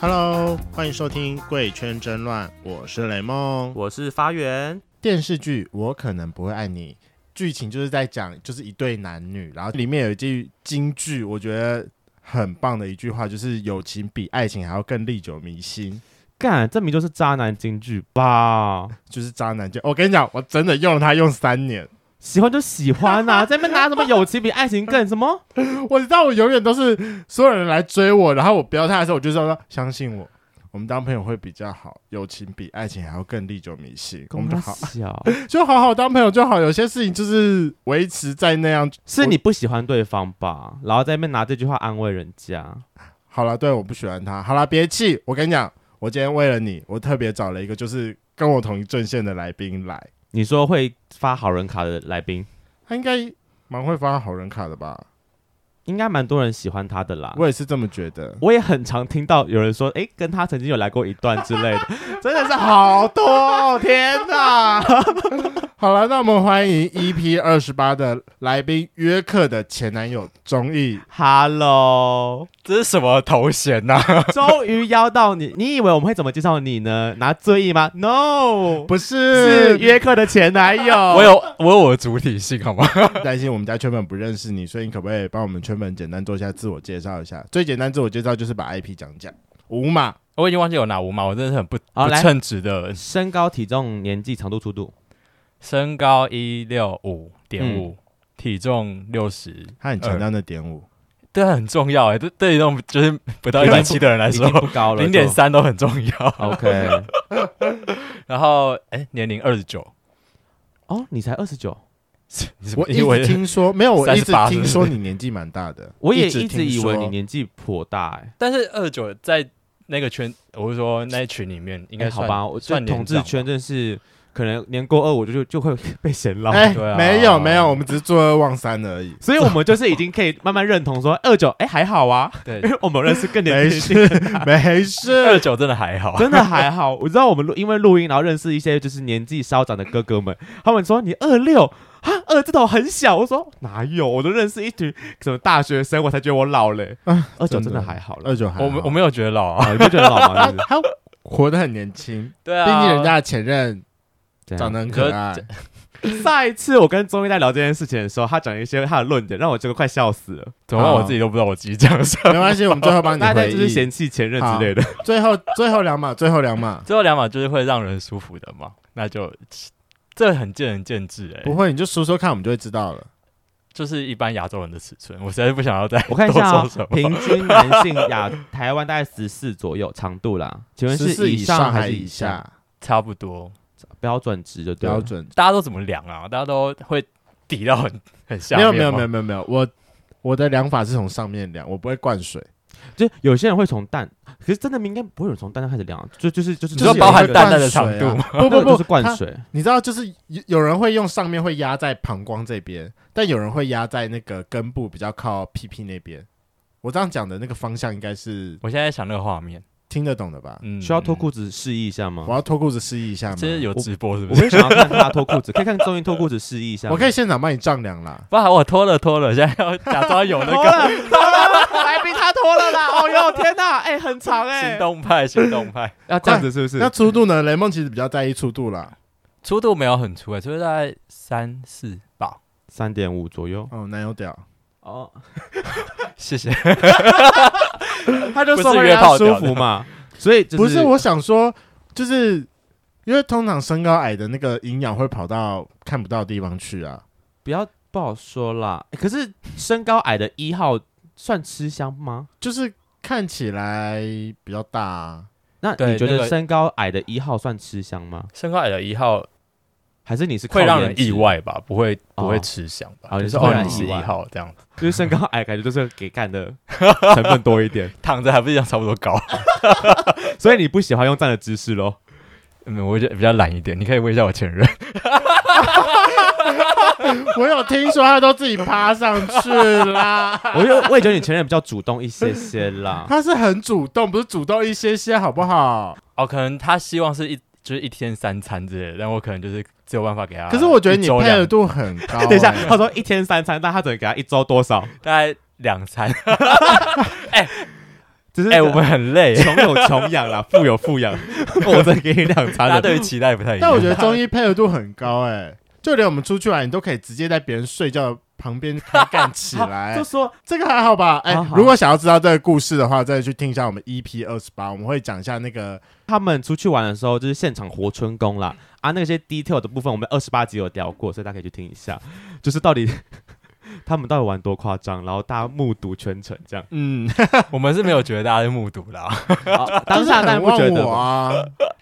Hello，欢迎收听《贵圈争乱》，我是雷梦。我是发源，电视剧《我可能不会爱你》剧情就是在讲，就是一对男女，然后里面有一句金句，我觉得很棒的一句话，就是友情比爱情还要更历久弥新。干，这名就是渣男金句吧？就是渣男就，我跟你讲，我真的用了它用三年，喜欢就喜欢 呐、啊，在那边拿什么友情比爱情更什么？我知道我永远都是所有人来追我，然后我标他的时候，我就说相信我，我们当朋友会比较好，友情比爱情还要更历久弥新。 我们就公好，小，就好好当朋友就好。有些事情就是维持在那样。是你不喜欢对方吧？然后在那边拿这句话安慰人家，好了，对，我不喜欢他。好了，别气，我跟你讲，我今天为了你，我特别找了一个就是跟我同一阵线的来宾来，你说会发好人卡的来宾，他应该蛮会发好人卡的吧？应该蛮多人喜欢他的啊啦。我也是这么觉得。我也很常听到有人说，诶，跟他曾经有来过一段之类 的，真的是好多哦，天哪！ 好了，那我们欢迎 EP 二十八的来宾约克的前男友钟意。 Hello，这是什么头衔 呐、终于邀到你，你以为我们会怎么介绍你呢？拿醉意吗？No，不是是，约克的前男友。我有我有我的主体性，好吗？担心我们家圈粉不认识你，所以你可不可以帮我们圈粉简单做一下自我介绍一下？最简单自我介绍就是把 IP 讲讲。五码我已经忘记有哪五码，我真的是很不、好不来称职的。身高、体重、年纪、长度、粗度，身高一六五点五，体重六十，他很强调那点五，对，很重要哎、对对于那种就是不已到一经百七的人来已经说，不高了， 零点就。三都很重要。 OK， 然后哎、年龄二十九，哦，你才二十九，你 是我一因为直听说没有，我一直38听说你年纪蛮大的，我也一一直听以说为你年纪颇大哎。但是二十九在那个圈，我是说那一群里面应该哎好算、吧，我这算统年治长圈吧真是可能年过二，我就就就会被嫌老。哎、对啊没有没有，我们只是坐二望三而已。所以，我们就是已经可以慢慢认同说二九，哎，还好啊， 因对，为我们认识更年没轻一点事没事，二九真的还好。真的还好。我知道我们录因为录音，然后认识一些就是年纪稍长的哥哥们，他们说你二六啊，二字头很小。我说哪有，我都认识一群什么大学生，我才觉得我老嘞。啊二九真的真的还好了，二九还好我没我没有觉得老啊，哦你不觉得老吗？ 是不是他活得很年轻，对毕啊，竟人家的前任怎长样得很可爱。上一次我跟钟一在聊这件事情的时候，他讲一些他的论点，让我这个快笑死了。怎么办我自己都不知道我自己讲什么。没关系，我们最后帮你大家回就是忆。嫌弃前任之类的。最后最后两码，最后两码最后两码就是会让人舒服的嘛，那就这很见仁见智哎、不会，你就说说看，我们就会知道了。就是一般亚洲人的尺寸，我实在是不想要再我看一下多啊说什，么。平均男性亚台湾大概十四左右长度啦，请问14是以上还还是以下？差不多，标准值就对了标。准？大家都怎么量啊？大家都会抵到很很下没面有没吗有没有没有没有，我我的量法是从上面量，我不会灌水。就有些人会从蛋，可是真的应该不会有人从蛋开始量，啊就就是就是你就说是包含有一个蛋蛋的长度吗？那啊不个 不就不是，灌它水，你知道，就是有有人会用上面会压在膀胱这边，但有人会压在那个根部比较靠屁屁那边。我这样讲的那个方向应该是我现在想那个画面，听得懂的吧？嗯，需要脱裤子示意一下吗我？要脱裤子示意一下吗嗯，？这是有直播是我不是？会想要看他脱裤子，可以看综艺脱裤子示意一下吗。我可以现场帮你丈量啦。不然我脱了脱了，现在要假装有 那脱个了，脱了，来宾他脱了啦！ 哦哟，天哪，哎，很长哎行，动派，行动派，要这样子是不那是？粗度呢？雷梦其实比较在意粗度啦。粗度没有很粗哎、就是大概三四吧。三点五左右哦，男友屌，哦，谢谢。他就说不是会约让他炮舒屌的服嘛，所以就是不是我想说，就是因为通常身高矮的那个营养会跑到看不到的地方去啊。不要不好说啦。可是身高矮的一号算吃香吗？就是看起来比较大、啊，那对你觉那得个身高矮的一号算吃香吗？身高矮的一号还是你是靠会让颜人值意，外吧？不会哦不会吃香吧？哦你就是是会偶让然人是意一外号这样子， 就是身高矮，感觉就是给干的成分多一点， 躺着还不是一样差不多高？所以你不喜欢用这样的姿势咯。 嗯，我觉得比较懒一点，你可以问一下我前任。 我有听说他都自己爬上去 啦。我就我也觉得你前任比较主动一些些 啦。他是很主动，不是主动一些些，好不好？哦，可能他希望是一就是一天三餐之类的，但我可能就是只有办法给他。可是我觉得你一周配两合度很高、啊 等一哎下，欸他说 一天三餐，但他只能给他一周多少？大概两餐，哎、只是哎、我们很累，穷有穷养啦，富有富养，我再给你两 大茶家的。对于期待不太一样。但我觉得中医配合度很高、哎，就连我们出去玩，你都可以直接在别人睡觉旁边开干起 来就。说这个还好吧？哎、啊好如果想要知道这个故事的话，再去听一下我们 EP 二十八，我们会讲一下那个他们出去玩的时候，就是现场活春宫啦啊，那些 detail 的部分我们二十八集有聊过，所以大家可以去听一下，就是到底 他们到底玩多夸张，然后大家目睹全程这样。嗯， 我们是没有觉得大家是目睹啦， 啊 当下当然不觉就是很忘得我嘛，啊。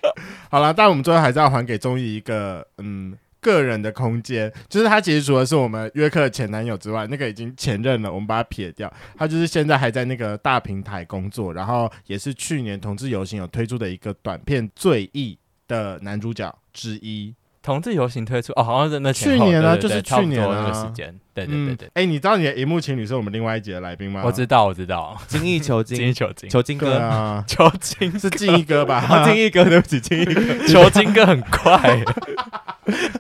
好了，但我们最后还是要还给中医一个嗯个人的空间，就是他其实除了是我们约克的前男友之外，那个已经前任了，我们把他撇掉。他就是现在还在那个大平台工作，然后也是去年同志游行有推出的一个短片《醉意》的男主角之一。同志游行推出哦，好像是那前后去年啊对对对就是差不多去年啊那个时间，对对对对，哎、你知道你的荧幕情侣是我们另外一集的来宾吗？我知道我知道，啊精益求精金，球金 哦求精对哥，啊，球金 是静一哥吧？啊精益哥，对不起，精 益哥，球金哥很快，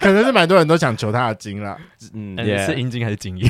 可能是蛮多人都想求他的金了。嗯，嗯也是阴茎还是精液？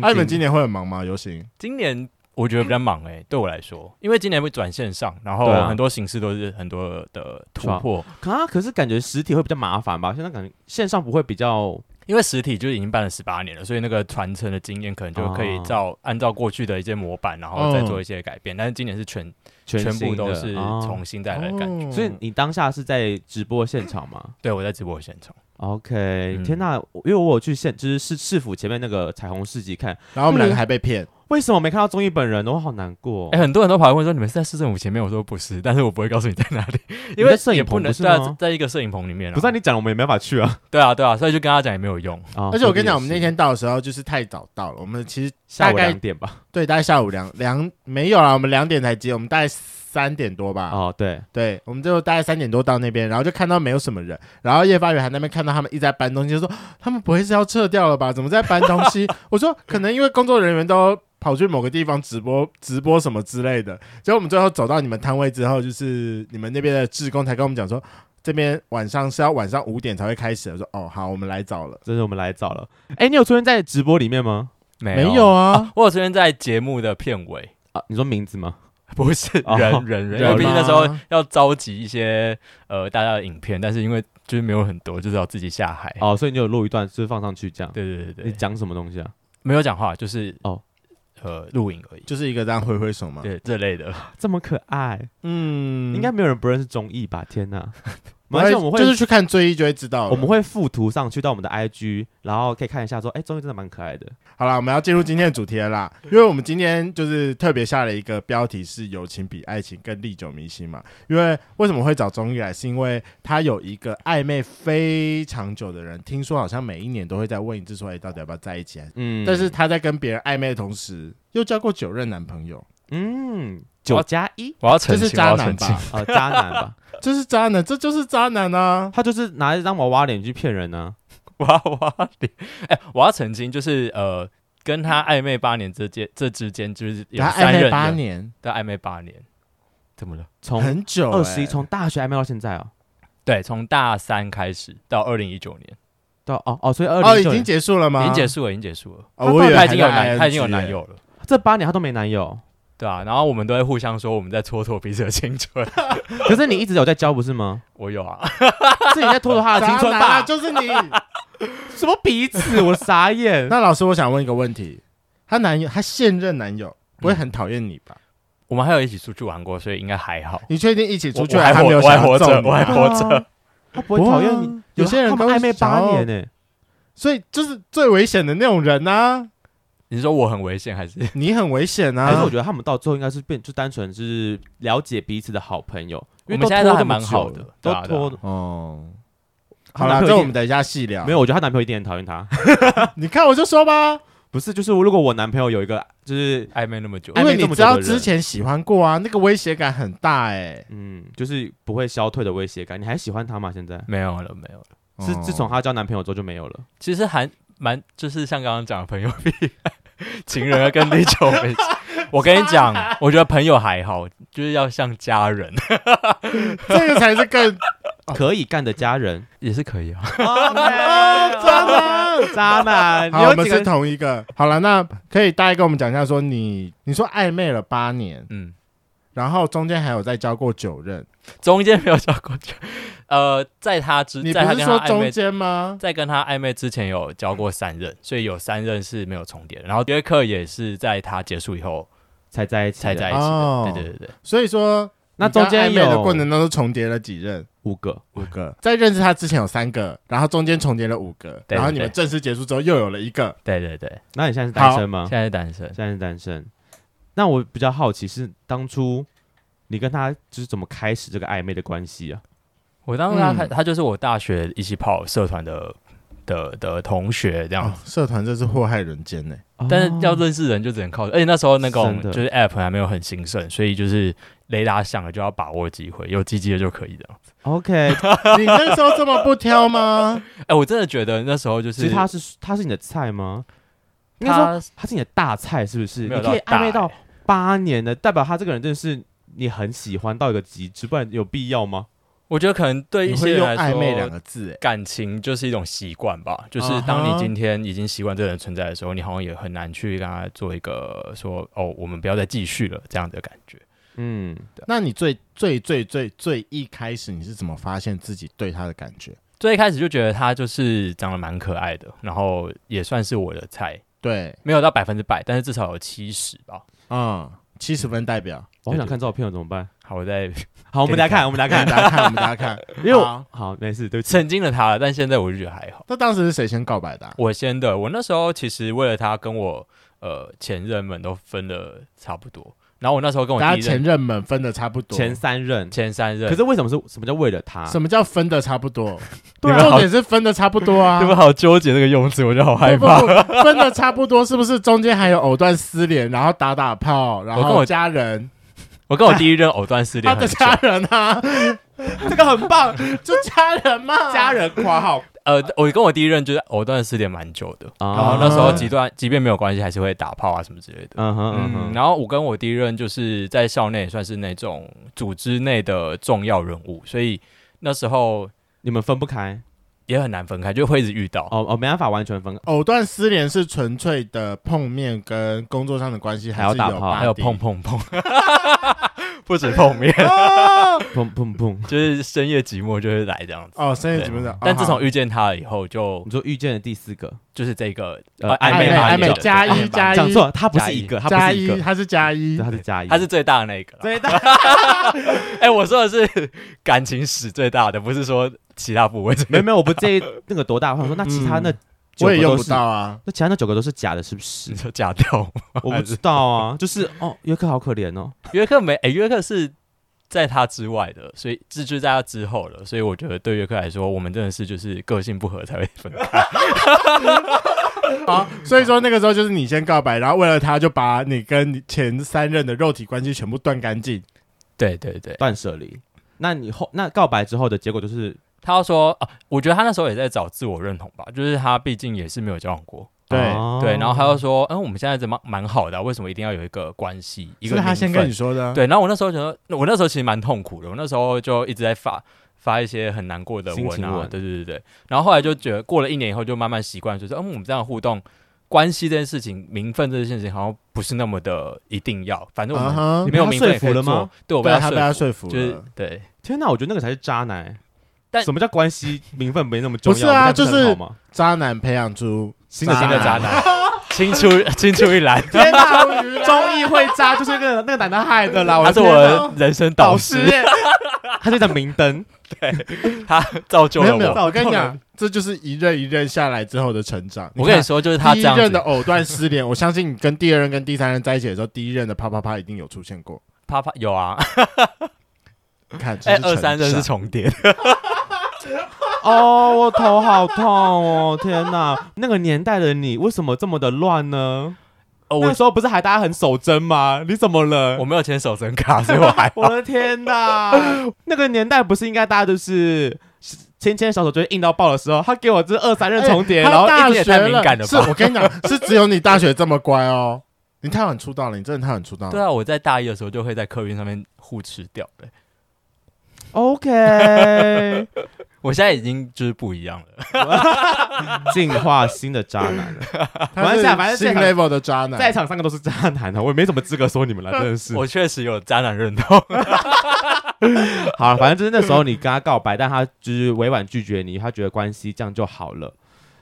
那、你们今年会很忙吗？游行？今年我觉得比较忙哎、对我来说，因为今年会转线上，然后嗯对啊很多形式都是很多的突是破，啊，可是感觉实体会比较麻烦吧？现在感觉线上不会比较因为实体就已经办了十八年了，所以那个传承的经验可能就可以哦嗯照、按照过去的一些模板，然后再做一些改变。但是今年是全全全新部都的是哦重新再来的感觉。哦所以你当下是在直播现场吗对我在直播现场， ？OK，、嗯天呐，我因为我有去现就是市市府前面那个彩虹市集看，然后我们两个还被骗。为什么没看到综艺本人呢？我好难过。哦哎、很多人都跑来问说你们是在市政府前面，我说不是，但是我不会告诉你在哪 里，因在为摄影也不棚能啊不是在吗在一个摄影棚里面、啊，不是、啊、你讲了，我们也没办法去 啊。对啊对啊，所以就跟他讲也没有用。啊而且我跟你讲，我说们不那定天到的时候就是太早到了，我们其实是下午大概两点吧。对大概下午两两没有啦，我们两点才接，我们大概三点多吧。哦，对，对，我们就大概三点多到那边，然后就看到没有什么人，然后叶发源还在那边看到他们一直在搬东西，就说他们不会是要撤掉了吧？怎么在搬东西？ 我说可能因为工作人员都跑去某个地方直播直播什么之类的。结果我们最后走到你们摊位之后，就是你们那边的志工才跟我们讲说，这边晚上是要晚上五点才会开始。我说哦，好，我们来早了。这是我们来早了。哎、你有出现在直播里面吗？没没有啊，我有出现在节目的片尾，啊，你说名字吗？不是哦人人人，因人为毕竟那时候吗要召集一些呃大家的影片，但是因为就是没有很多，就是要自己下海。哦，所以你有录一段，就是放上去这样。对对对你对，讲什么东西啊？没有讲话，就是哦哦，呃，录影而已，就是一个这样挥挥手嘛。对这类的。这么可爱，嗯应该没有人不认识综艺吧？天哪！不而且我们会就是去看追忆就会知道了。我们会附图上去到我们的 IG，然后可以看一下说，哎、综艺真的蛮可爱的。好啦，我们要进入今天的主题了啦，因为我们今天就是特别下了一个标题是“友情比爱情更历久弥新”嘛。因为为什么会找钟意来，是因为他有一个暧昧非常久的人，听说好像每一年都会在问一次说，哎、到底要不要在一起、啊？嗯，但是他在跟别人暧昧的同时，又交过九任男朋友，嗯，九加一我要这澄是清，我渣要男澄清吧，？啊，渣男吧，这是渣男，这就是渣男啊！他就是拿一张娃娃脸去骗人啊呢、娃 娃脸。哎，我要澄清，就是呃，跟他暧昧八年之间，这之间就是有他三暧任昧的八，年，对暧昧八年，怎么了？从很久、欸，二十一，从大学暧昧到现在哦，对，从大三开始到二零一九年，到哦哦，所以二哦，零已九经结束了吗？已经结束了，已经结束了。哦，我以为他已经有还在男，他已经有 ING 男欸友了。这八年他都没男友，对啊，然后我们都会互相说我们在蹉跎彼此的青春。 可是你一直有在交不是吗？我有啊， 是你在拖着他的青春渣男啊吧？就是你。什么彼此？ 我傻眼。 那老师，我想问一个问题：她男友，她现任男友不会很讨厌你嗯吧？我们还有一起出去玩过，所以应该还好。你确定一起出去啊我我还他没有活我还想要活着揍你我还啊活着啊他不会讨厌你。有些人他都们暧昧想八要年，欸呢、所以就是最危险的那种人啊！你是说我很危险还是？ 你很危险可是啊我！觉得他们到最后应该是变，就单纯是了解彼此的好朋友，因为我都们现在拖都这还么蛮好久的了，都对啊对啊拖。哦，她好男啦，朋友这一我定们等一下细聊。没有，我觉得她男朋友一定很讨厌她。你看我就说吧，不是，就是如果我男朋友有一个，就是暧昧那么久，暧因为昧你这么久的人知道之前喜欢过啊，那个威胁感很大哎。嗯，就是不会消退的威胁感。你还喜欢他吗？现在没有了，没有了。是自从哦她交男朋友之后就没有了。其实还蛮就是像刚刚讲的朋友 比情人要跟地球 没。我跟你讲，我觉得朋友还好，就是要像家人这个才是更哦可以干的家人， 也是可以啊。渣渣哦男。渣男，你好，我有们几是个？同一个。好了，那可以大概跟我们讲一下，说你你说暧昧了八年， 嗯，然后中间还有再交过九任，中间没有交过就，呃，在他之你不在他是跟说他暧中昧间吗？在跟他暧昧之前有交过三任，所以有三任是没有重叠的。然后约克也是在他结束以后才在一起的，才在一起的。哦对对对对，所以说那你跟中暧间昧的有过程当中重叠了几任？五个，五个，在认识他之前有三个，然后中间重叠了五个，对然后对你们对正式结束之后又有了一个。对对对，那你现在是单身啊吗现？在是单身。现在是单身。那我比较好奇是当初你跟他就是怎么开始这个暧昧的关系啊？我当时他、嗯他就是我大学一起跑社团的的的同学这样哦子。社团真是祸害人间呢、但是要哦认识人就只能靠，而且那时候那种真的就是 App 还没有很兴盛，所以就是雷达响了就要把握机会，有积极的就可以这样。哦 OK，你那时候这么不挑吗？哎、我真的觉得那时候就其是实他 是他是你的菜吗？应该说他他是你的大菜是不是？没你有可以大暧昧欸到八年的，代表他这个人真的是你很喜欢到一个极致，不然有必要吗？我觉得可能 对你一些会人用来暧说，昧两个字、欸，感情就是一种习惯吧，就是当你今天已经习惯这个人存在的时候，你好像也很难去跟他做一个说哦，我们不要再继续了这样的感觉。嗯，那你最最最最最一开始你是怎么发现自己对他的感觉？最一开始就觉得他就是长得蛮可爱的，然后也算是我的菜，对，没有到百分之百，但是至少有七十吧。嗯，七十分代表。我好想看照片，了，怎么办？好，我在 好，我们等一下看，我们等一下大家看，看，我们大家看。 因为我好好没事，对不起，曾经的他了，但现在我就觉得还好。那当时是谁先告白的啊、我先的，我那时候其实为了他跟我呃前任们都分的差不多，然后我那时候跟我大家哦第一前任任们分的差不多。前啊三任，前三任，可是为什么是什么叫为了他？什么叫分的差不多？你对、们啊，重好点是分的差不多啊。 你们好纠结这个用词，我就好害不怕。不不，分的差不多，是不是中间还有藕断丝连，然后打打炮，然我跟后我家人，我跟我第一任藕断丝连他的很久，家人啊，这个很棒， 就家人嘛，家人夸号。呃，我跟我第一任就是藕断丝连蛮久的，啊然后那时候即段即便没有关系，还是会打炮啊什么之类的。嗯哼嗯嗯，哼，然后我跟我第一任就是在校内也算是那种组织内的重要人物，所以那时候你们分不开，也很难分开，就会一直遇到。哦哦，没办法完全分开。藕断丝连是纯粹的碰面跟工作上的关系，还要是打有炮吧还有地碰碰 碰，不止碰 面，砰砰砰！就是深夜寂寞就会来这样子。哦，生意怎么啊讲？但自至从少遇见他了以后，就你说遇见了第四个，就是这个呃呃暧昧吧暧你昧懂加对一暧昧吧加讲错，了，他不是一个，他不加是一一，个，他是加一对，他是加一，他是最大的那一个啦。最大。 哎、我说的是感情史最大的，不是说其他部位。没有没有，我不介意那个多大。我想说，那其他那嗯我九个也用都不是，到啊。那其他那九个都是假的，是不是 你？说假掉吗？我不知道啊，就是哦，约克好可怜哦。约克没，哎、约克是在他之外的，所以这就在他之后了。所以我觉得对约克来说，我们真的是就是个性不合才会分开。好，所以说那个时候就是你先告白，然后为了他就把你跟你前三任的肉体关系全部断干净。对对对，断舍离。那你后那告白之后的结果就是他要说啊，我觉得他那时候也在找自我认同吧，就是他毕竟也是没有交往过。对，哦对，然后他又说，嗯，我们现在怎么蛮好的啊、为什么一定要有一个关系？一是个他先名分跟你说的啊。对，然后我那时候觉得，我那时候其实蛮痛苦的，我那时候就一直在发发一些很难过的心文情啊，文对对对对。然后后来就觉得过了一年以后，就慢慢习惯，就是嗯，我们这样的互动。关系这件事情，名分这件事情好像不是那么的一定要，反正我嗯们哼没有你被名他说分也可服以了做吗。对，我被对他他被他服，说服了，就是对，天哪，我觉得那个才是渣男。欸但什么叫关系名分没那么重要？不是啊我们这样就是很好吗渣男培养出新的渣新的男渣男， 青出青出一栏，天 哪，终于啦中医会渣就是那个那个男的害的啦。哦他我是的我天哪的人生导师，耶，他是一盏明灯。他 造就没了有没有，我。我跟你造就讲，这就是一任一任下来之后的成长。我跟你看说，就是他第这一样任的子，藕断丝连，我相信你跟第二任、跟第三任在一起的时候，第一任的啪啪啪一定有出现过。啪啪有啊，看，这哎 是，成二三任长是重叠的， 哦，我头好痛哦！天哪，那个年代的你为什么这么的乱呢？ 那哦，我个时候不是还大家很守贞吗？你怎么了？我没有签手绳卡，所以我还好我的天哪！ 那个年代不是应该大家就是牵牵手手就会硬到爆的时候，他给我这二三任重叠，哎然后他大一点也学太敏感了，了吧是我跟你讲，是只有你大学这么乖哦。你太晚出道了，你真的太晚出道对了。啊，我在大一的时候就会在客运上面互吃掉、欸。 OK，我现在已经就是不一样了。进化新的渣男了。他是反正反正新这场 level 的渣男，在场三个都是渣男啊，我也没什么资格说你们了，真的是。我确实有渣男认同，好了，反正就是那时候你跟他告白，但他就是委婉拒绝你，他觉得关系这样就好了。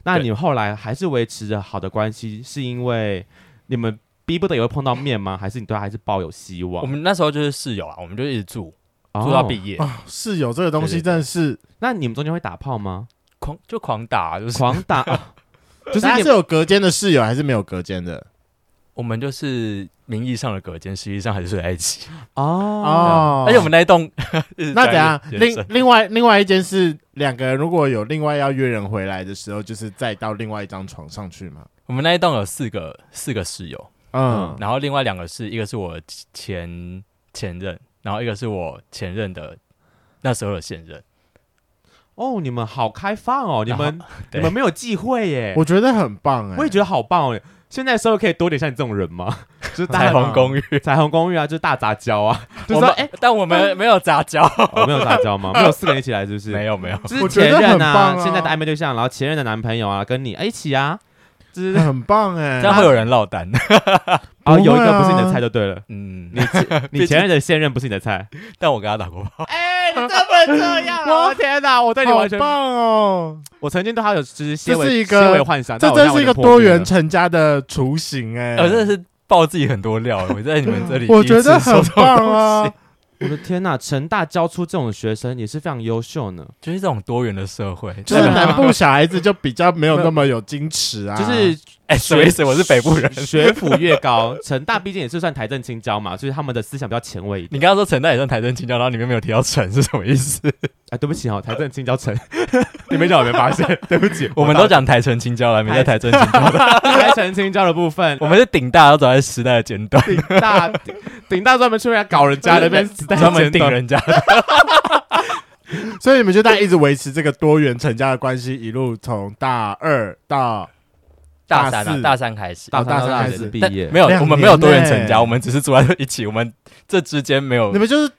那对你后来还是维持着好的关系，是因为你们逼不得已会碰到面吗？还是你对他还是抱有希望 我？们那时候就是室友啊，我们就一直住哦住到毕业，啊，室友这个东西对对对真的是，那你们中间会打炮吗？狂就狂打，就是狂打，啊就是他你是有隔间的室友还是没有隔间的？我们就是名义上的隔间，实际上还是睡在一起。哦哦， 啊而且我们那一栋，那怎样？另另另外另外一间是两个人如果有另外要约人回来的时候，就是再到另外一张床上去嘛。我们那一栋有四个四个室友，嗯，然后另外两个是一个是我前前任，然后一个是我前任的那时候的现任。哦，你们好开放哦，你然后们你对们没有忌讳耶，我觉得很棒哎、我也觉得好棒哦。现在社会可以多点像你这种人吗？就是大彩家哦虹公寓， 彩虹公寓啊，就是大杂交 啊，就我说们哎，但我们没有杂交，我没有杂交吗？没有四个人一起来是不是？ 没有没有，就是我觉前得很任啊，棒啊现在的暧昧对象，然后前任的男朋友啊，跟你哎一起啊，就是很棒哎、这样会有人落单。不会哦，啊有一个不是你的菜就对 了，嗯，你你前任的现任不是你的菜，但我跟他打过炮，哎，你怎么这样啊？我天哪，我对你好完全，棒哦！我曾经对他有就是些这是微一个些微幻想，这但我现真在是一完个全破多灭元了。成家的雏形哎、我呃真的是爆自己很多料。我在你们这里，我觉得很棒啊！！我的天哪，成大教出这种学生也是非常优秀呢。就是这种多元的社会， 就是对啊南部小孩子就比较没有那么有矜持 啊，就是哎，什么意思？我是北部人。学府越 高，成大毕竟也是算台政青交嘛，所以他们的思想比较前卫一点。你刚刚说陈大也算台灯青椒，然后里面没有提到陈是什么意思？哎，对不起哦，台政青交成， 你没讲我没发 现，对不起，我们都讲台城青椒了，没在台城青椒。台城青交的部分，我们是顶大，要走在时代的尖端，顶大顶顶大专门去人家搞人家那边子弹专门尖顶端人家。 所以你们就在一直维持这个多元成家的关系，一路从大二到大三啊四大三开始，大三哦大开四始毕但业，没有，两我们没年有多元呢成家，我们只是住在一起，我们这之间没有你们就是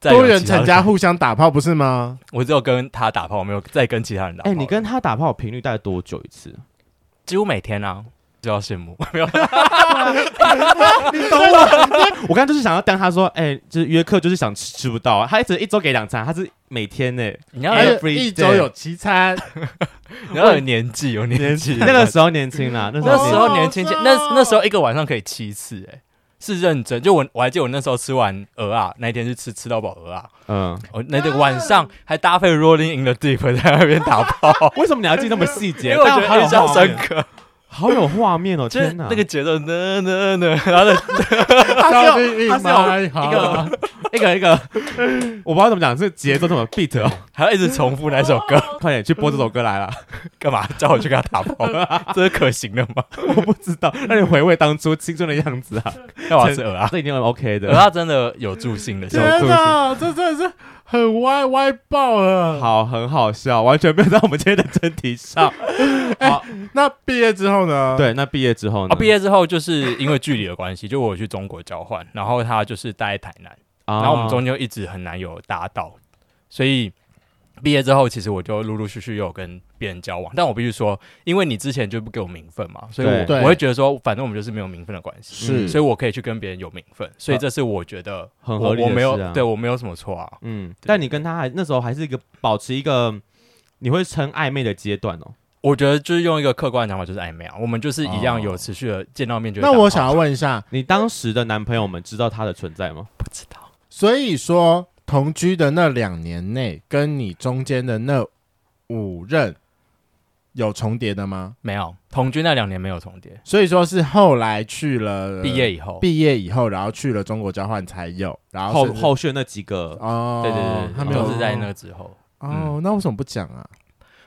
再有多元其他成的家互相打炮不是吗？我只有跟他打炮，我没有再跟其他人打炮。哎，你跟他打炮频率大概多久一次？几乎每天啊，就要羡慕，没有你懂我？我刚刚就是想要当他说，哎，就是约课就是想吃吃不到啊，他一直一周给两餐，他是每天呢。你要而且有 Every 一周 day 有七餐，你要有年纪，有年纪。那个时候年轻啦，那时那候时年候哦年轻，是哦那那时候一个晚上可以七次，哎，是认真。就我我还记得我那时候吃完鹅啊，那一天是吃吃到饱鹅啊，嗯，我那个晚上还搭配 Rolling in the Deep 在那边打 炮，为什么你要记那么细因节？为我觉但好得有印象画深面刻，好有画面哦！就是天哪，那个节奏，呢呢呢，然后呢 他是他是有一一啊个一个一个，我不知道怎么讲，这节奏这么 beat 哦，还要一直重复那首歌， 快点去播这首歌来了。 干嘛叫我去跟他打 炮？这是可行的吗？我不知道，让你回味当初青春的样子啊，干嘛是鹅啊？这一定很 OK 鹅的。啊真的有助兴的效果，天哪，这真的是很歪歪爆了。， 好，很好笑，完全没有在我们今天的真题上。好，那毕业之后呢？，对，那毕业之后呢？啊，毕业之后就是因为距离的关系，就我有去中国交换，然后他就是待在台南，啊，然后我们中间就一直很难有搭到，所以毕业之后，其实我就陆陆续续又有跟别人交往，但我必须说，因为你之前就不给我名分嘛，所以我对我会觉得说，反正我们就是没有名分的关系，是啊所以我可以去跟别人有名分，所以这是我觉得很我合理的我没有事啊对我没有什么错啊，嗯，但你跟他还那时候还是一个保持一个你会称暧昧的阶段哦。我觉得就是用一个客观的想法就是暧昧啊，我们就是一样有哦持续的见到面就会那打我炮想要问一下，你当时的男朋友们知道他的存在吗？不知道。所以说同居的那两年内，跟你中间的那五任有重叠的吗？没有，同居那两年没有重叠，所以说是后来去了毕业以后，毕业以后，然后去了中国交换才有，然后后甚至后续那几个哦，对对对，他他没们有都是在那嗯之后，哦，那为什么不讲啊？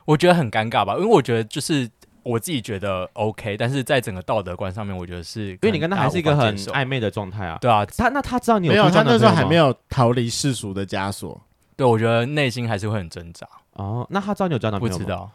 我觉得很尴尬吧，因为我觉得就是我自己觉得 OK，但是在整个道德观上面，我觉得是因因为你跟他还是一个很暧昧的状态啊。对啊，他那他知道你没有，有他那时候还没有有逃离世俗的枷锁。对我觉得内心还是会很挣扎，哦，那他知道你有交男不朋友知吗？道，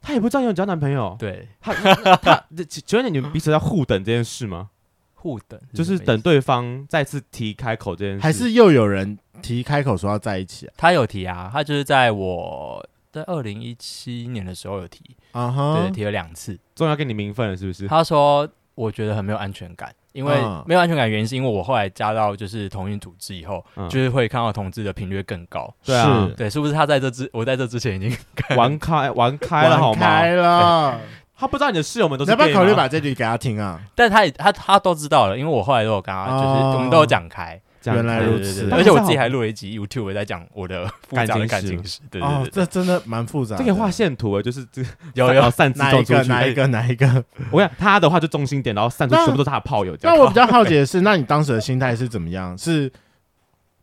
他也不知道你有交男朋友。对，他他，请请问你们彼此在互等这件事吗？互等，嗯就是等对方再次提开口这件事，还是又有人提开口说要在一起他有提啊，他就是在我在二零一七年的时候有提，啊？啊对，哈，提了两次。终于要给你名分了，是不是？啊他说我觉得很没有安全感，因为嗯没有安全感的原因是因为我后来加到就是同运组织以后，嗯就是会看到同志的频率更高。对啊是对，是不是他在这之我在这之前已经玩开 玩开了好玩吗？开哎了，他不知道你的室友们都你是要不要 gay 吗考虑把这句给他听啊？但他也他他都知道了，因为我后来都有跟他，就是、哦我们都有讲开，这样原来看如对此对但对对，是而且我好自己还录了一集 YouTube 在讲我的复杂的感感情情史，对对哦对，对，这真的蛮复杂这的。可以画线图哎，就是 这有有 然后擅自啊哪送一出个去。哪一个哪一个？哎 我跟你讲他的话就中心点，然后散出去那全部都是他的炮友。这那样我比较好奇的是，那你当时的心态是怎么样？是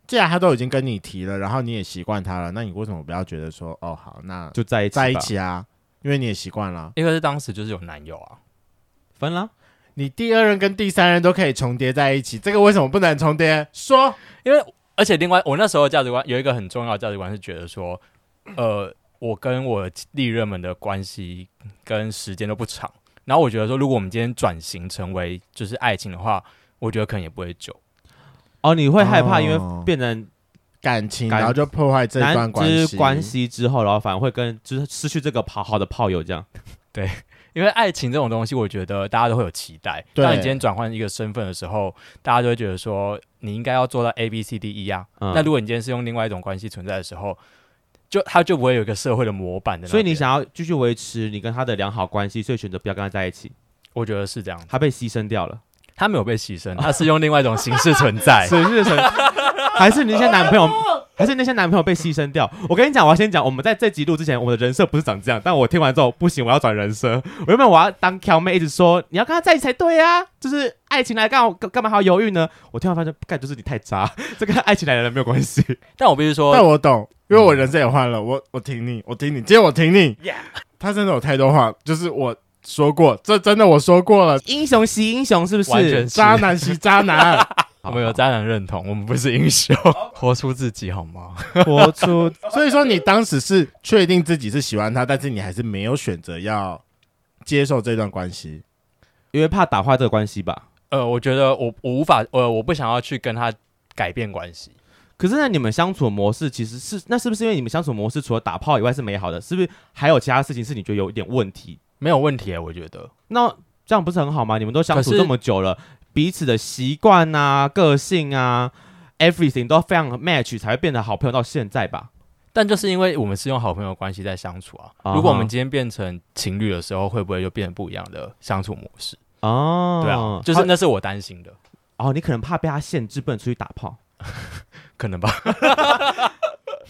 既然他都已经跟你提了，然后你也习惯他了，那你为什么不要觉得说哦好，那就在一起吧，在一起啊？因为你也习惯了。一个是当时就是有男友啊，分了。你第二任跟第三任都可以重叠在一起，这个为什么不能重叠？说因为而且另外我那时候的价值观有一个很重要的价值观是觉得说，呃，我跟我历任们的关系跟时间都不长，然后我觉得说，如果我们今天转型成为就是爱情的话，我觉得可能也不会久。哦，你会害怕，哦因为变成感情，感然后就破坏这男段之关是系。关系之后，然后反而会跟就是失去这个好好的炮友这样。因为爱情这种东西，我觉得大家都会有期待。对当你今天转换一个身份的时候，大家就会觉得说，你应该要做到 A B C D E 啊。嗯那如果你今天是用另外一种关系存在的时候，就它就不会有一个社会的模板的。所以你，想要继续维持你跟他的良好关系，所以选择不要跟他在一起，我觉得是这样，他被牺牲掉了。他没有被牺牲，他是用另外一种形式存在。损失的 损，还是你那些男朋友，还是那些男朋友被牺牲掉？我跟你讲，我要先讲，我们在这集录之前，我们的人设不是长这样。但我听完之后，不行，我要转人设。我原本我要当挑妹，一直说你要跟他在一起才对啊，就是爱情来干我干干嘛还要犹豫呢？我听完发现，干就是你太渣，这跟爱情来的人没有关系。但我必须说但，我懂，因为我人生也换了，我我挺你，我挺你，今天我挺你。他真的有太多话，就是我说过，这真的我说过了，英雄惜英雄，是不完全是？是渣男惜渣男。 我们有渣男认同，我们不是英雄，活出自己好吗？活出所以说，你当时是确定自己是喜欢他，但是你还是没有选择要接受这段关系。因为怕打坏这个关系吧。 呃，我觉得我我无法，呃，我不想要去跟他改变关系。可是呢，你们相处模式其实是那是不是因为你们相处模式除了打炮以外是美好的？是不是还有其他事情是你觉得有一点问题？没有问题、我觉得。那这样不是很好吗？你们都相处可是这么久了，彼此的习惯啊、个性啊、everything 都非常 match，才会变得好朋友到现在吧？但就是因为我们是用好朋友关系在相处啊啊哈如果我们今天变成情侣的时候，会不会就变成不一样的相处模式？哦，对啊，就是那是我担心的，哦，你可能怕被他限制，不能出去打炮，可能吧。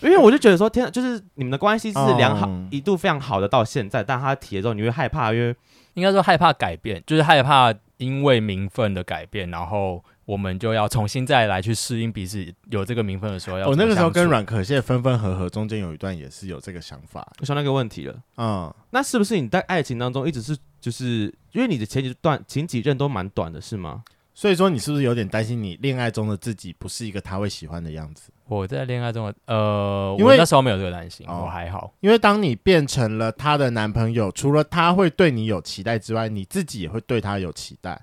因为我就觉得说，天啊，就是你们的关系是良好、嗯一度非常好的到现在，但他提了之后，你会害怕，因为应该说害怕改变，就是害怕因为名分的改变，然后我们就要重新再来去适应彼此有这个名分的时候要我啊怎哦那么相处。个时候跟阮可谢分分合合，中间有一段也是有这个想法。我想到一个问题了。嗯，那是不是你在爱情当中一直是就是因为你的前几段前几任都蛮短的，是吗？所以说你是不是有点担心你恋爱中的自己不是一个他会喜欢的样子？我在恋爱中的，呃，因为我那时候没有这个担心，哦我还好。因为当你变成了他的男朋友，除了他会对你有期待之外，你自己也会对他有期待。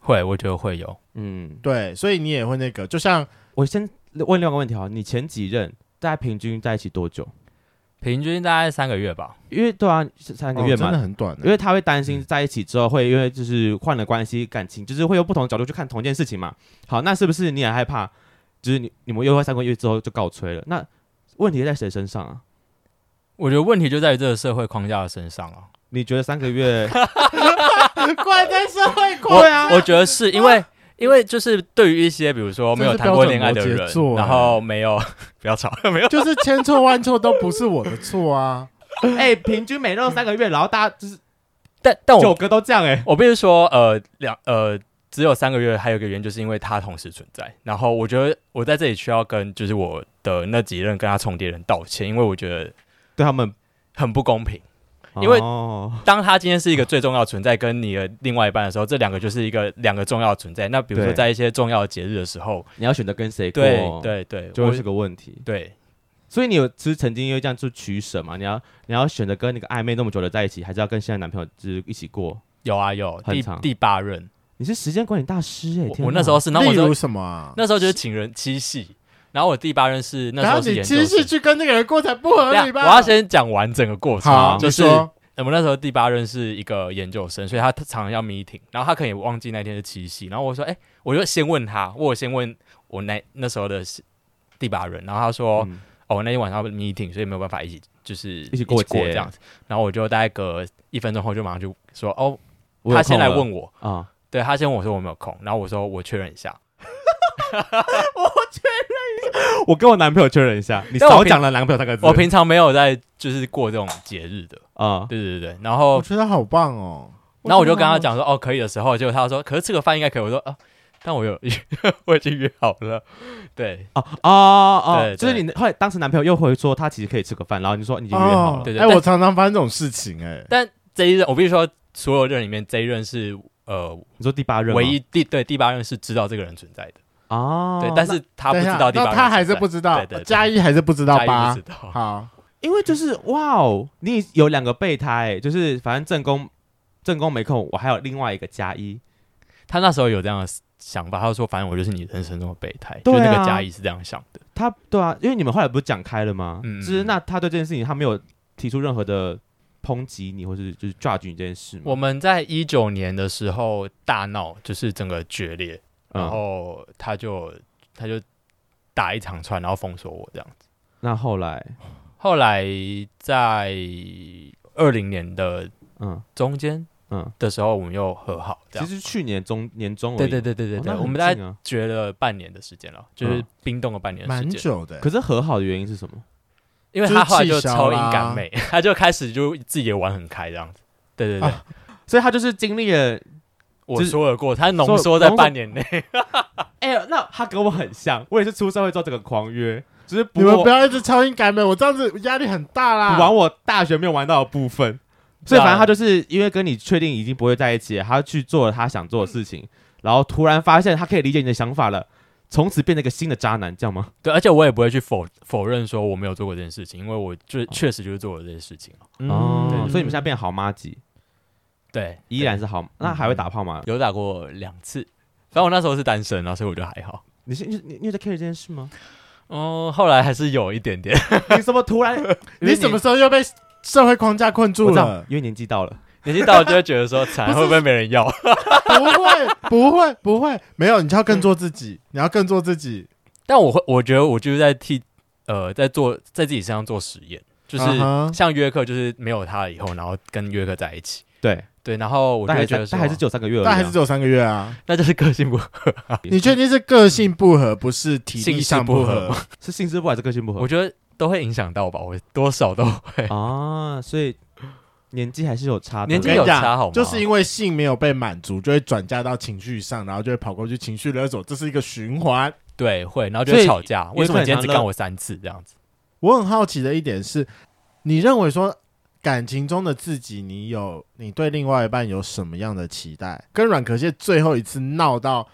会，我觉得会有。嗯，对，所以你也会那个，就像我先问另外一个问题哈，你前几任大概平均在一起多久？平均大概三个月吧，因为对啊，是三个哦月真嘛，的很短因 的。为他会担心在一起之后会因为就是换了关系，感情就是会用不同角度去看同一件事情嘛。好，那是不是你也害怕？就是你你们约会三个月之后就告吹了？那问题在谁身上啊？我觉得问题就在于这个社会框架的身上啊。你觉得三个月？ 怪在社会我怪啊！我觉得是因为。 因为就是对于一些比如说没有谈过恋爱的这是人标准摩羯，座然后没有 不要吵，没有就是千错万错都不是我的错啊！哎、平均每任三个月，然后大家就是但但九我个都这样哎、我必须说，呃，两呃只有三个月，还有一个原因就是因为他同时存在。然后我觉得我在这里需要跟就是我的那几任跟他重叠的人道歉，因为我觉得对他们很不公平。因为哦当他今天是一个最重要的存在，跟你的另外一半的时候，这两个就是一个两个重要的存在。那比如说对在一些重要的节日的时候，你要选择跟谁过，对，对对，就我会是个问题。对所以你有就是曾经因为这样做取舍嘛？你要你要选择跟那个暧昧那么久的在一起，还是要跟现在男朋友就是一起过？有啊有很第长第八任，你你是时间管理大师哎、我天我哪那时候是，那我例就如什么啊？那时候就是请人七系，然后我第八任是那时然后候是你研其实究是生。去跟那个人过才不合等理一下吧？我要先讲完整个过程啊好，，就是你说我们那时候第八任是一个研究生，所以他常常要 meeting，然后他可能也忘记那天是七夕，然后我说，哎、我就先问他，我有先问我那那时候的第八任，然后他说，嗯哦，那天晚上 meeting，所以没有办法一起就是一起过节这样子，然后我就大概隔一分钟后就马上就说，哦，我有他先空来了问我，啊，对他先问我说我没有空，然后我说我确认一下，我跟我男朋友确认一下，你但我少平讲了男朋友三个字，我平常没有在就是过这种节日的，啊，对对对，对然后我觉得好棒哦。然后我就跟他讲说，哦，可以的时候，结果他说，可是这个饭应该可以。我说，啊，但我有，我已经约 好了。对哦哦哦，对就是对你后来当时男朋友又回说他其实可以吃个饭，然后你说你已经约好哦了，对对哎，但我常常发生这种事情，哎，但这一任，我必须说，所有任里面这一任是呃你说第八任吗唯一第对第八任是知道这个人存在的，哦，对，但那是他不等一知下道第八那任，他还是不知道对对，对加一还是不知知道不吧知？道。好，因为就是哇哦，你有两个备胎，就是反正正宫正宫没空，我还有另外一个加一，他那时候有这样的想法，他就说，反正我就是你人生中的备胎，对啊就是那个嘉义是这样想的。他对啊，因为你们后来不是讲开了吗？嗯就是那他对这件事情他没有提出任何的抨击你，或是就是 judge 你这件事吗？我们在一九年的时候大闹，就是整个决裂，然嗯，后他就他就打一场串，然后封锁我这样。那后来后来在二零年的嗯中间嗯，的时候，我们又和好，这其样。实去年中年中而已对对对对对哦对，那很我们大概近啊觉了半年的时间了，就是嗯冰冻了半年的蛮时间。久的。可是和好的原因是什么？因为他后来就是就气消超音啦感美， 他就开始就自己也玩很开这样子。对对对，啊所以他就是经历了，我就是说了过，他浓说缩在浓缩半年内。哎、呦，那他跟我很像，我也是出社会之后整个狂约，只是补你们我不要一直超音改美，我这样子压力很大啦。补完我大学没有玩到的部分。所以反正他就是因为跟你确定已经不会在一起了，他去做了他想做的事情，然后突然发现他可以理解你的想法了，从此变成一个新的渣男，这样吗？ 对，而且我也不会去否否认说我没有做过这件事情，因为我就确实就是做了这件事情。嗯哦，对所以你们现在变好妈级，对，依然是好，那还会打炮吗？有打过两次，反正我那时候是单身啊，所以我觉得还好。你是你你你有在 care 这件事 吗？哦，后来还是有一点 点，你怎么突 然？你什么时候又被社会框架困我住知道 了，？因为年纪到了，年纪到了就会觉得说，惨会不会没人要？ 不会，不会，不会，没有，你就要更做自嗯己，你要更做自己。但我会，我觉得我就是在替呃，在做在自己身上做实验，就是嗯哼像约克，就是没有他了以后，然后跟约克在一起，对，对，然后我就但会还觉得是说，但还是只有三个月而已啊，但还是只有三个月啊！那就是个性不合。你确定是个性不合，不是体力上不性事不合合？是性致不还是个性不合我？觉得都会影响到吧，我多少都会。啊，所以年纪还是有差的，年我纪跟有你讲差好吗？就是因为性没有被满足，就会转嫁到情绪上，然后就会跑过去情绪勒索，这是一个循环。对会，然后就所会以吵架。为什么你今天只干我三次这样子？我很好奇的一点是，你认为说感情中的自己，你有你对另外一半有什么样的期待？跟阮可谢最后一次闹到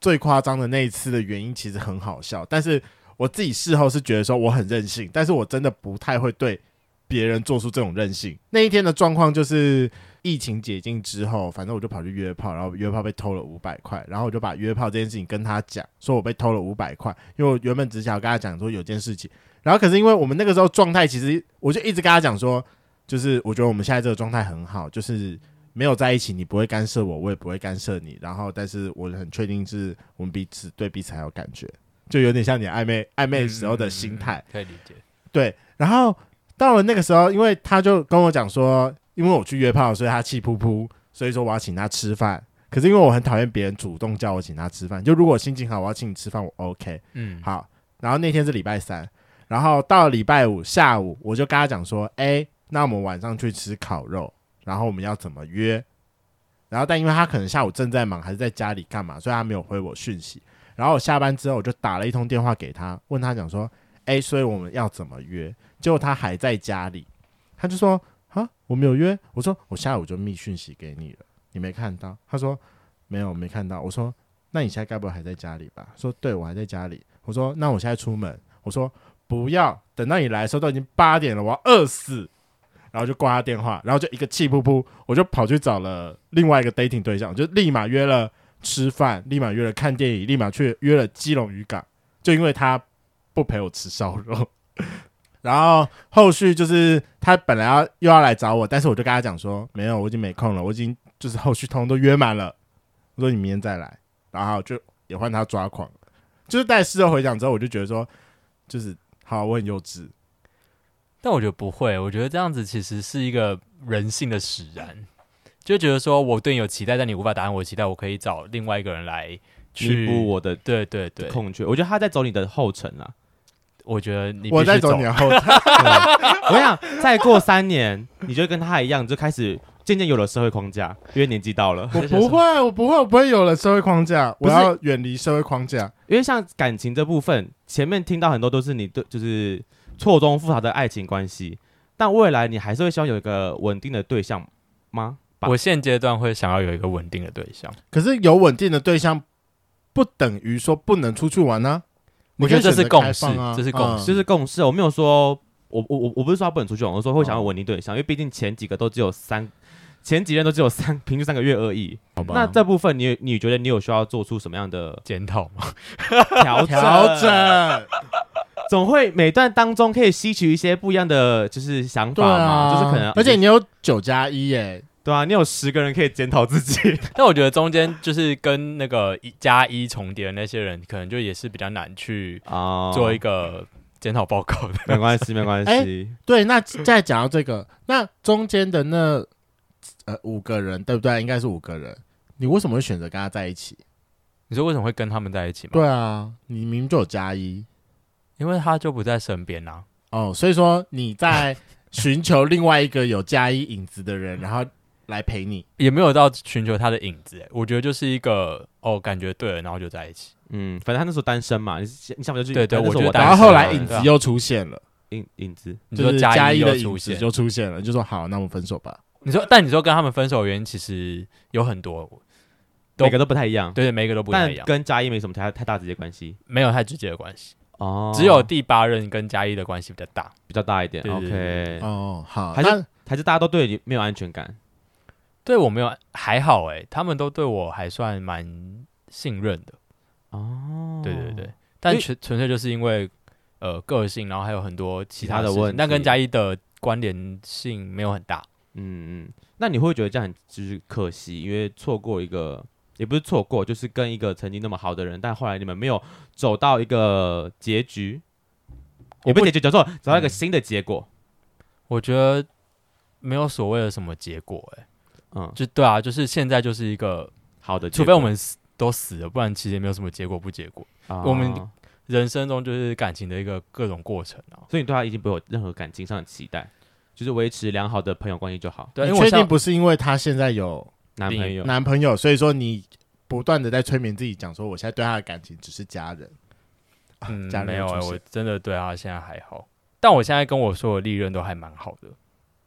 最夸张的那一次的原因，其实很好笑，但是我自己事后是觉得说我很任性，但是我真的不太会对别人做出这种任性。那一天的状况就是。疫情解禁之后，反正我就跑去约炮，然后约炮被偷了五百块，然后我就把约炮这件事情跟他讲，说我被偷了五百块，因为我原本只想要跟他讲说有件事情。然后可是因为我们那个时候状态，其实我就一直跟他讲说，就是我觉得我们现在这个状态很好，就是没有在一起，你不会干涉我，我也不会干涉你。然后，但是我很确定是我们彼此对彼此还有感觉，就有点像你暧昧暧昧时候的心态。嗯嗯嗯嗯可以理解。对，然后到了那个时候，因为他就跟我讲说，因为我去约炮，所以他气噗噗，所以说我要请他吃饭。可是因为我很讨厌别人主动叫我请他吃饭，就如果我心情好，我要请你吃饭，我 OK。嗯，好，然后那天是礼拜三，然后到了礼拜五下午，我就跟他讲说，哎、那我们晚上去吃烤肉，然后我们要怎么约？然后但因为他可能下午正在忙，还是在家里干嘛，所以他没有回我讯息。然后我下班之后，我就打了一通电话给他，问他讲说，哎、所以我们要怎么约？结果他还在家里，他就说，啊，我没有约。我说我下午就密讯息给你了，你没看到？他说没有，没看到。我说那你现在该不会还在家里吧？说对，我还在家里。我说那我现在出门。我说不要，等到你来的时候都已经八点了，我要饿死。然后就挂他电话，然后就一个气噗噗，我就跑去找了另外一个 dating 对象，我就立马约了吃饭，立马约了看电影，立马去约了基隆渔港，就因为他不陪我吃烧肉。 然后后续就是他本来要又要来找我，但是我就跟他讲说，没有，我已经没空了，我已经就是后续通通都约满了。我说你明天再来，然后就也换他抓狂了。就是但事后回想之后，我就觉得说，就是好，我很幼稚，但我觉得不会，我觉得这样子其实是一个人性的使然，就觉得说我对你有期待，但你无法达成我的期待，我可以找另外一个人来弥去补。我的对对对，空缺。我觉得他在走你的后尘啊。我觉得你必须我在走你的啊后 我想再过三年，你就跟他一样，就开始渐渐有了社会框架，因为年纪到了。我不会，我不会，我不会有了社会框架，不我是要远离社会框架。因为像感情这部分，前面听到很多都是你对，就是错综复杂的爱情关系，但未来你还是会希望有一个稳定的对象吗？吧我现阶段会想要有一个稳定的对象，可是有稳定的对象，不等于说不能出去玩啊。我觉得这是你可以共选择识开放啊这是共识就嗯是共识，我没有说，我我我我不是说他不能出去玩，我说会想要稳定对象，因为毕竟前几个都只有三，前几任都只有三，平均三个月而已。好嗯吧那这部分你你觉得你有需要做出什么样 的检讨嘛。调嗯调整，总会每段当中可以吸取一些不一样的就是想法对嘛，啊，就是可能，而且你有九加一耶，对啊，你有十个人可以检讨自己，但我觉得中间就是跟那个一加一重叠的那些人，可能就也是比较难去啊，哦做一个检讨报告的。 没关系，没关系，对，那再讲到这个，那中间的那呃五个人，对不对？应该是五个人，你为什么会选择跟他在一起？你说为什么会跟他们在一起吗？对啊，你明明就有加一因为他就不在身边啊。哦，所以说你 在寻求另外一个有加一影子的人，然后来陪你。也没有到寻求他的影子、欸，我觉得就是一个哦，感觉对了，然后就在一起。嗯，反正他那时候单身嘛，你想你想不想去？对对那时候我觉得单然身后嘛后来对影子啊又出现了，影影子，你就说是一一又的出影子现，就出现了，就说好，那我们分手吧。你说，但你说跟他们分手的原因其实有很多，都每个都不太一样，对对，每一个都不太但一样，跟嘉一没什么太太大直接关系没有太直接的关系，哦，只有第八任跟嘉一的关系比较大。比较大一点对对对，OK，哦，好，还那是还是大家都对你没有安全感，对我没有还好哎、他们都对我还算蛮信任的。哦，对对对，，但因为纯纯粹就是因为呃个性，然后还有很多其他的事情问那跟题嘉一的关联性没有很大。嗯嗯，那你会不会觉得这样很就是可惜，因为错过一个，也不是错过，就是跟一个曾经那么好的人，但后来你们没有走到一个结局，也不是结局，叫做找到一个嗯新的结果。我觉得没有所谓的什么结果哎、嗯，就对啊，就是现在就是一个，好的结除果，非我们死都死了，不然其实也没有什么结果不结果。啊我们人生中就是感情的一个各种过程啊。所以你对他已经不会有任何感情上的期待，就是维持良好的朋友关系就好。对，因你为我确定像不是因为她现在有男另一朋友，男朋友，所以说你不断的在催眠自己，讲说我现在对她的感情只是家人。嗯家人没有出哎、现我真的对他现在还好，但我现在跟我说的利润都还蛮好的，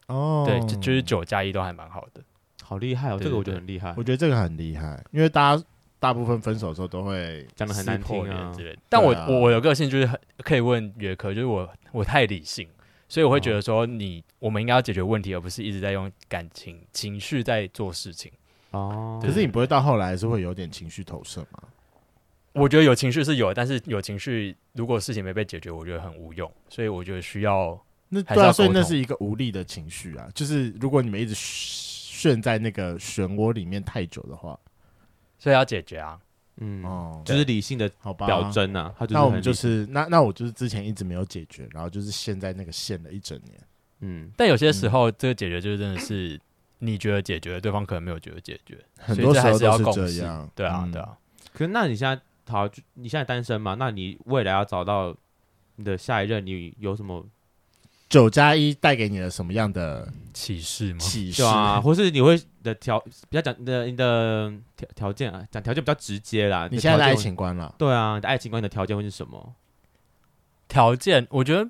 哦对，就就是九加一都还蛮好的。好厉害哦！这对个对我觉得对很厉害我，觉得这个很厉害，因为大家大部分分手的时候都会讲的很难撕破听啊脸之。类的。但我、对啊我我有个性就是很可以问约科，就是我我太理性，所以我会哦觉得说你、我们应该要解决问题，而不是一直在用感情情绪在做事情。哦，可是你不会到后来是会有点情绪投射吗？我觉得有情绪是有，但是有情绪如果事情没被解决，我觉得很无用，所以我觉得需要那还是对啊，要所以沟那通是一个无力的情绪啊。就是如果你们一直陷在那个漩涡里面太久的话，所以要解决啊。嗯，哦，就是理性的好吧，表征啊，他就是那我很们就理性是那那我就是之前一直没有解决，然后就是陷在那个陷了一整 年。嗯，但有些时候这个解决就是真的是你觉得解决，对方可能没有觉得解决，很所以多这时还候是要都共是识这样。对啊，嗯对啊。可是那你现在好，就你现在单身嘛？那你未来要找到你的下一任，你有什么九加一带给你了什么样的启示吗？启 示？对 啊，或是你会的条比较讲你的你的条条件啊，讲条件比较直接 啦。你现在的的条爱件情观了，对啊，你的爱情观你的条件会是什么？条件，我觉得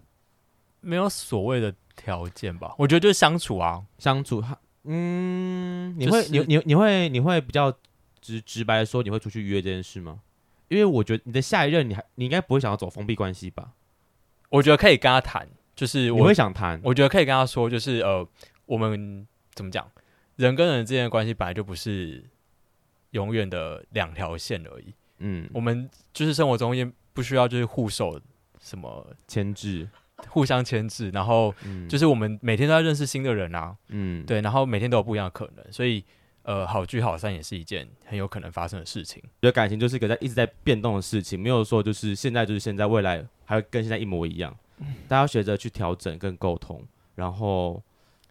没有所谓的条件吧，我觉得就是相处啊，相处，哈嗯，你就会、是你你你会你会比较直直白的说你会出去约这件事吗？因为我觉得你的下一任你还你应该不会想要走封闭关系吧？我觉得可以跟他谈，就是你我会想谈，我觉得可以跟他说，就是呃，我们怎么讲，人跟人之间的关系本来就不是永远的两条线而已。嗯，我们就是生活中也不需要就是互守什么牵制，互相牵制，然后嗯，就是我们每天都要认识新的人啊，嗯，对，然后每天都有不一样的可能，所以呃，好聚好散也是一件很有可能发生的事情。觉得感情就是一个在一直在变动的事情，没有说就是现在就是现在，未来还会跟现在一模一样。大家要学着去调整跟沟通，然后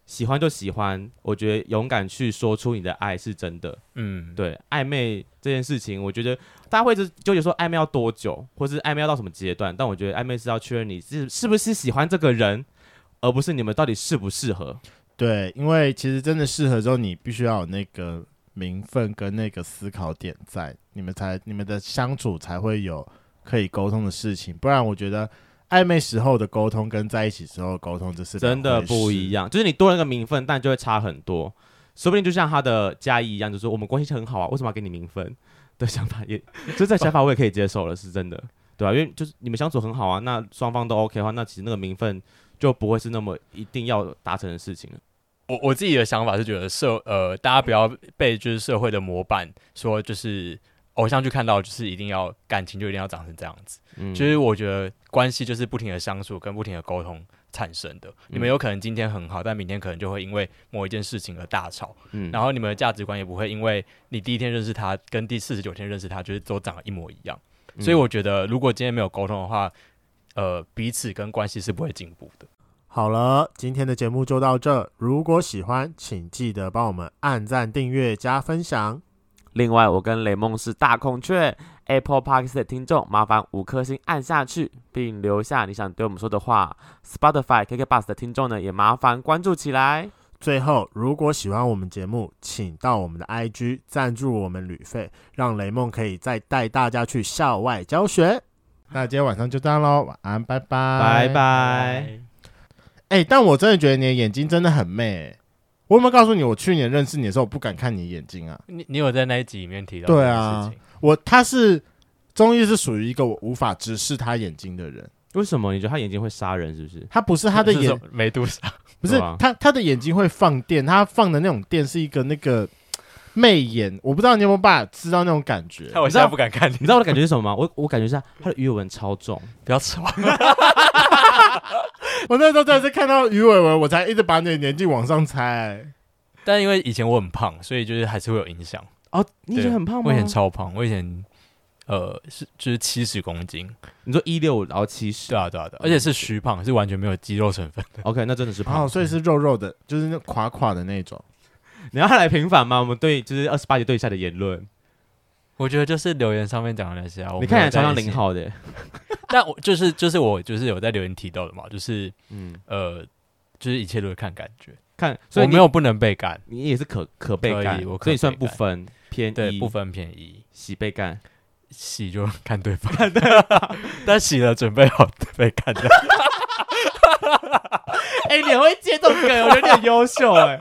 喜欢就喜欢。我觉得勇敢去说出你的爱是真的。嗯，，对暧昧这件事情，我觉得大家会一直纠结说暧昧要多久，或是暧昧要到什么阶段。但我觉得暧昧是要确认你是是不是喜欢这个人，而不是你们到底适不适合。对，因为其实真的适合之后，你必须要有那个名分跟那个思考点在，你们才你们的相处才会有可以沟通的事情，不然我觉得暧昧时候的沟通跟在一起时候的沟通，这是真的不一样。样，就是你多了一个名分，但就会差很多。说不定就像他的嘉怡一样，就说我们关系很好啊，为什么要给你名分？的想法也， 就这想法我也可以接受了，是真的，对吧、啊因为就是你们相处很好啊，那双方都 OK 的话，那其实那个名分就不会是那么一定要达成的事情了。我我自己的想法是觉得社呃，大家不要被就是社会的模板说就是偶像剧看到就是一定要感情就一定要长成这样子。嗯，其实我觉得关系就是不停的相处跟不停的沟通产生的。嗯你们有可能今天很好，但明天可能就会因为某一件事情而大吵，嗯然后你们的价值观也不会因为你第一天认识他跟第四十九天认识他就是都长得一模一样。嗯所以我觉得如果今天没有沟通的话，呃，彼此跟关系是不会进步的。好了，今天的节目就到这。如果喜欢，请记得帮我们按赞、订阅、加分享。另外，我跟雷梦是大孔雀 Apple Park 的听众，麻烦五颗星按下去，并留下你想对我们说的话。Spotify KK Bus 的听众呢，也麻烦关注起来。最后，如果喜欢我们节目，请到我们的 IG 赞助我们旅费，让雷梦可以再带大家去校外教学。那今天晚上就这样喽，晚安，拜拜，拜。拜。哎、但我真的觉得你的眼睛真的很媚、我有没有告诉你，我去年认识你的时候，我不敢看你的眼睛啊？你你有在那一集里面提到对这件啊事情我他是终于是属于一个我无法直视他眼睛的人，为什么你觉得他眼睛会杀人？是不是？他不是他的是什眼么没读上，不是对啊他他的眼睛会放电，他放的那种电是一个那个媚眼，我不知道你有没有办法知道那种感觉。我现在不敢看你你知道我的感觉是什么吗？我我感觉是他的鱼尾纹超重，不要吵。我那时候真的是看到鱼尾纹，我才一直把你的年纪往上猜。 但因为以前我很胖，所以就是还是会有影响。哦，你以前对很胖吗？我以前超胖，我以前呃是就是七十公斤，你说一六然后七十对啊对啊对啊，而且是虚胖，是完全没有肌肉成分。 ，OK，那真的是胖。哦，所以是肉肉的，就是那垮垮的那种。你要来平反吗？我们对就是二十八节对下的言论，我觉得就是留言上面讲的那些啊，我你看起没来有超在像一起零，号的。但我就是就是我就是有在留言提到的嘛，就是嗯，呃就是一切都是看感觉，看，所我以你没有不能被干，你也是可可被可以干，我可所以你算被不干分偏对一不分偏一，喜被干。洗就看对方， 但洗了准备好被 干的。哎、你很会接这种梗，我觉得你很优秀哎、